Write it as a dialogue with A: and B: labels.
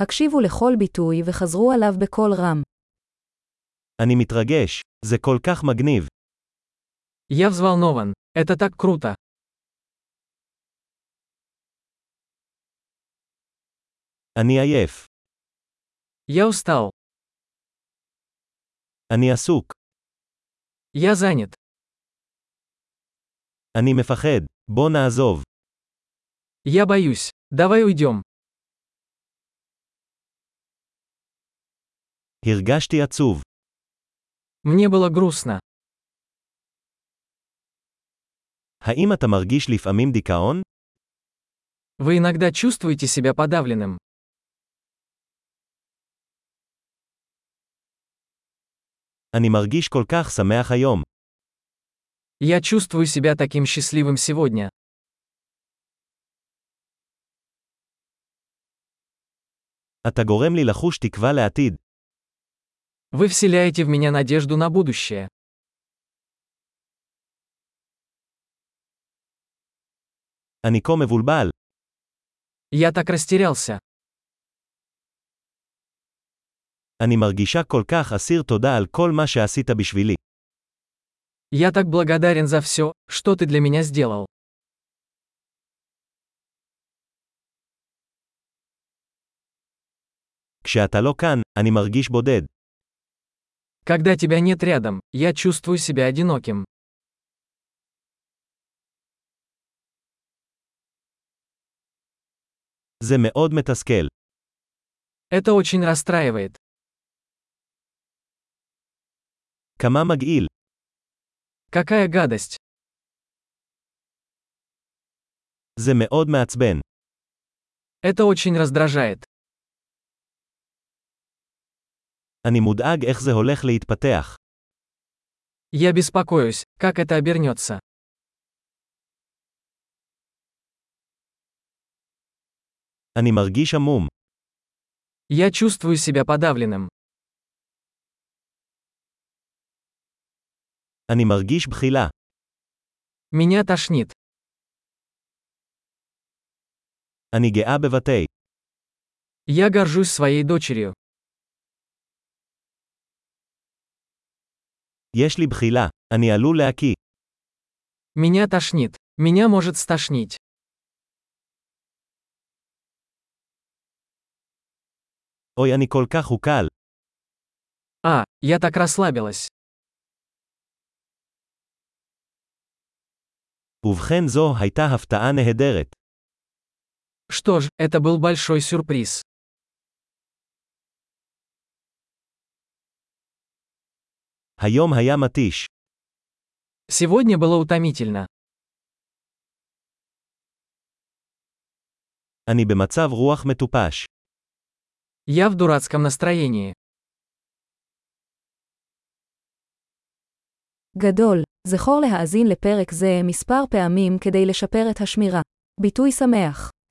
A: הקשיבו לכל ביטוי וחזרו עליו בקול רם.
B: אני מתרגש, זה כל כך מגניב.
C: Я взволнован. Это так круто.
B: אני עייף.
C: Я устал.
B: אני עסוק.
C: Я занят.
B: אני מפחד. בוא נעזוב.
C: Я боюсь. Давай уйдем.
B: הרגשתי עצוב.
C: Мне было грустно.
B: האם אתה מרגיש לפעמים דיכאון?
C: Вы иногда чувствуете себя подавленным.
B: אני מרגיש כל כך שמח היום.
C: Я чувствую себя таким счастливым сегодня.
B: אתה גורם לי לחוש תקווה לעתיד.
C: Вы вселяете в меня надежду на будущее.
B: אני כה מבולבל.
C: Я так растерялся.
B: אני מרגישה כל כך אסיר תודה על כל מה שעשית בשבילי.
C: Я так благодарен за все, что ты для меня сделал.
B: כשאתה לא כאן, אני מרגיש בודד.
C: Когда тебя нет рядом, я чувствую себя одиноким.
B: זה מאוד מתסכל.
C: Это очень расстраивает.
B: כמה מגעיל.
C: Какая гадость.
B: זה מאוד מעצבן.
C: Это очень раздражает.
B: אני מודאג איך זה הולך להתפתח.
C: Я беспокоюсь, как это обернется.
B: אני מרגיש עמום.
C: Я чувствую себя подавленным.
B: אני מרגיש בחילה.
C: Меня тошнит.
B: אני גאה בבתי.
C: Я горжусь своей дочерью.
B: יש לי בחילה. אני עלול להקיא.
C: Меня тошнит. Меня может стошнить.
B: אוי, אני כל כך הוקל.
C: А, я так расслабилась.
B: ובכן זו הייתה הפתעה נהדרת.
C: Что ж, это был большой сюрприз.
B: היום היה מתיש.
C: Сегодня было утомительно.
B: אני במצב רוח מטופש.
C: Я в дурацком настроении.
A: גדול, זכור להאזין לפרק זה מספר פעמים כדי לשפר את השמירה. ביטוי שמח